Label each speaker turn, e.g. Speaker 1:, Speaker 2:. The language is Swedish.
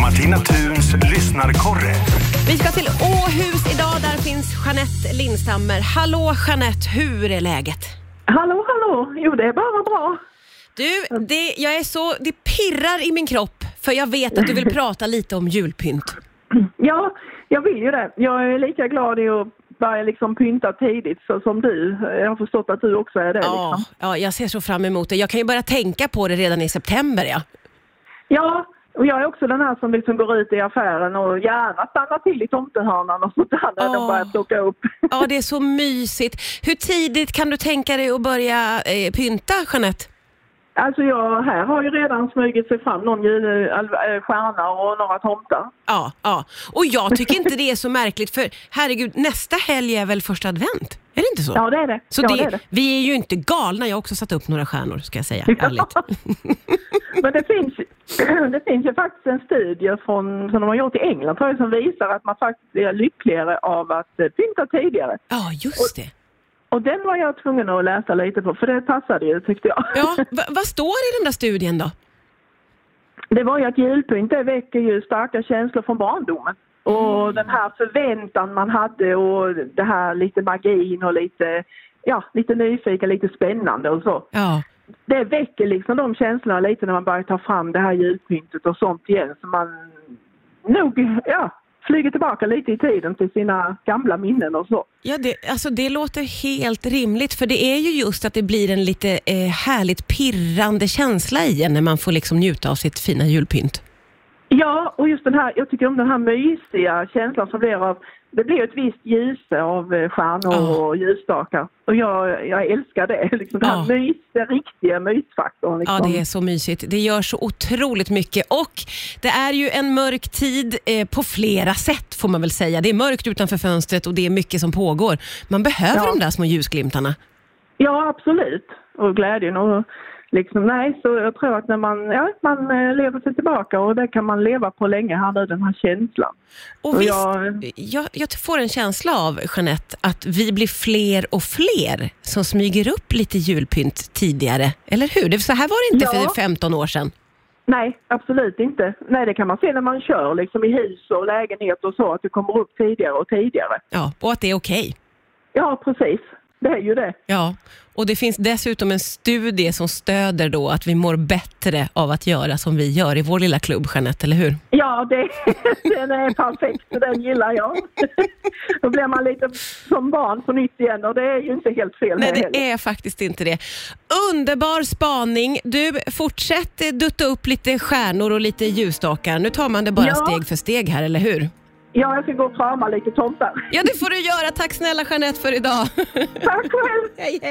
Speaker 1: Martina Thuns lyssnarkorre.
Speaker 2: Vi ska till Åhus idag. Där finns Jeanette Lindstammer. Hallå Jeanette, hur är läget?
Speaker 3: Hallå, hallå! Jo, det är bara bra.
Speaker 2: Du, det, jag är så, det pirrar i min kropp för jag vet att du vill prata lite om julpynt.
Speaker 3: Ja, jag vill ju det. Jag är lika glad i att börja liksom pynta tidigt så som du. Jag har förstått att du också är det.
Speaker 2: Ja,
Speaker 3: Liksom.
Speaker 2: ja, jag ser så fram emot det. Jag kan ju börja tänka på det redan i september. Ja.
Speaker 3: Ja, och jag är också den här som liksom går ut i affären och gärna stannar till i tomtehörnan och sånt där när
Speaker 2: Åh.
Speaker 3: de börjar plocka upp.
Speaker 2: ja, det är så mysigt. Hur tidigt kan du tänka dig att börja eh, pynta, Jeanette?
Speaker 3: Alltså jag, här har ju redan smugit sig fram någon jul, äh, stjärna och några tomtar.
Speaker 2: Ja, ja. Och jag tycker inte det är så märkligt för herregud, nästa helg är väl första advent? Är det inte så?
Speaker 3: Ja, det är det.
Speaker 2: Så
Speaker 3: ja,
Speaker 2: det,
Speaker 3: det är det.
Speaker 2: vi är ju inte galna. Jag har också satt upp några stjärnor ska jag säga ärligt.
Speaker 3: Men det finns, det finns ju faktiskt en studie från, som de har gjort i England tror jag, som visar att man faktiskt är lyckligare av att eh, pynta tidigare.
Speaker 2: Ja, just det.
Speaker 3: Och den var jag tvungen att läsa lite på, för det passade ju tyckte jag.
Speaker 2: Ja, va, vad står i den där studien då?
Speaker 3: Det var ju att julpynt det väcker ju starka känslor från barndomen. Och den här förväntan man hade och det här lite magin och lite, ja, lite nyfiken, lite spännande och så.
Speaker 2: Ja,
Speaker 3: Det väcker liksom de känslorna lite när man börjar ta fram det här julpyntet och sånt igen så man nog, ja, flyger tillbaka lite i tiden till sina gamla minnen och så.
Speaker 2: ja det, alltså det låter helt rimligt för det är ju just att det blir en lite eh, härligt pirrande känsla i en när man får liksom njuta av sitt fina julpynt.
Speaker 3: Ja, och just den här, jag tycker om den här mysiga känslan som blir av, det blir ett visst ljus av eh, stjärnor
Speaker 2: Ja.
Speaker 3: och ljusstakar. Och jag, jag älskar det, liksom den här
Speaker 2: Ja.
Speaker 3: mys, den riktiga mysfaktorn. Liksom.
Speaker 2: Ja, det är så mysigt. Det gör så otroligt mycket och det är ju en mörk tid eh, på flera sätt får man väl säga. Det är mörkt utanför fönstret och det är mycket som pågår. Man behöver
Speaker 3: Ja.
Speaker 2: de där små ljusglimtarna.
Speaker 3: ja absolut. Och glädjen och liksom, nej, så jag tror att när man, ja, man eh, lever sig tillbaka och det kan man leva på länge här nu, den här känslan.
Speaker 2: Och
Speaker 3: Och
Speaker 2: visst, jag...
Speaker 3: jag-
Speaker 2: Jag, får en känsla av, Jeanette, att vi blir fler och fler som smyger upp lite julpynt tidigare. Eller hur? Det, så här var det inte
Speaker 3: Ja.
Speaker 2: för 15 år sedan.
Speaker 3: Nej, absolut inte. Nej, det kan man se när man kör liksom i hus och lägenhet och så, att det kommer upp tidigare och tidigare.
Speaker 2: Ja, och att det är okej.
Speaker 3: Ja, precis. Det är ju det.
Speaker 2: Ja, och det finns dessutom en studie som stöder då att vi mår bättre av att göra som vi gör i vår lilla klubb, Jeanette, eller hur?
Speaker 3: Ja, det, den är perfekt och den gillar jag. Då blir man lite som barn på nytt igen och det är ju inte helt fel.
Speaker 2: Nej,
Speaker 3: heller.
Speaker 2: det är faktiskt inte det. Underbar spaning. Du, fortsätt eh, dutta upp lite stjärnor och lite ljusstakar. Nu tar man det bara
Speaker 3: Ja.
Speaker 2: steg för steg här, eller hur?
Speaker 3: Ja, jag ska gå och krama lite tomtar.
Speaker 2: Ja, det får du göra. Tack snälla Jeanette för idag.
Speaker 3: Tack själv!
Speaker 2: hej, hej.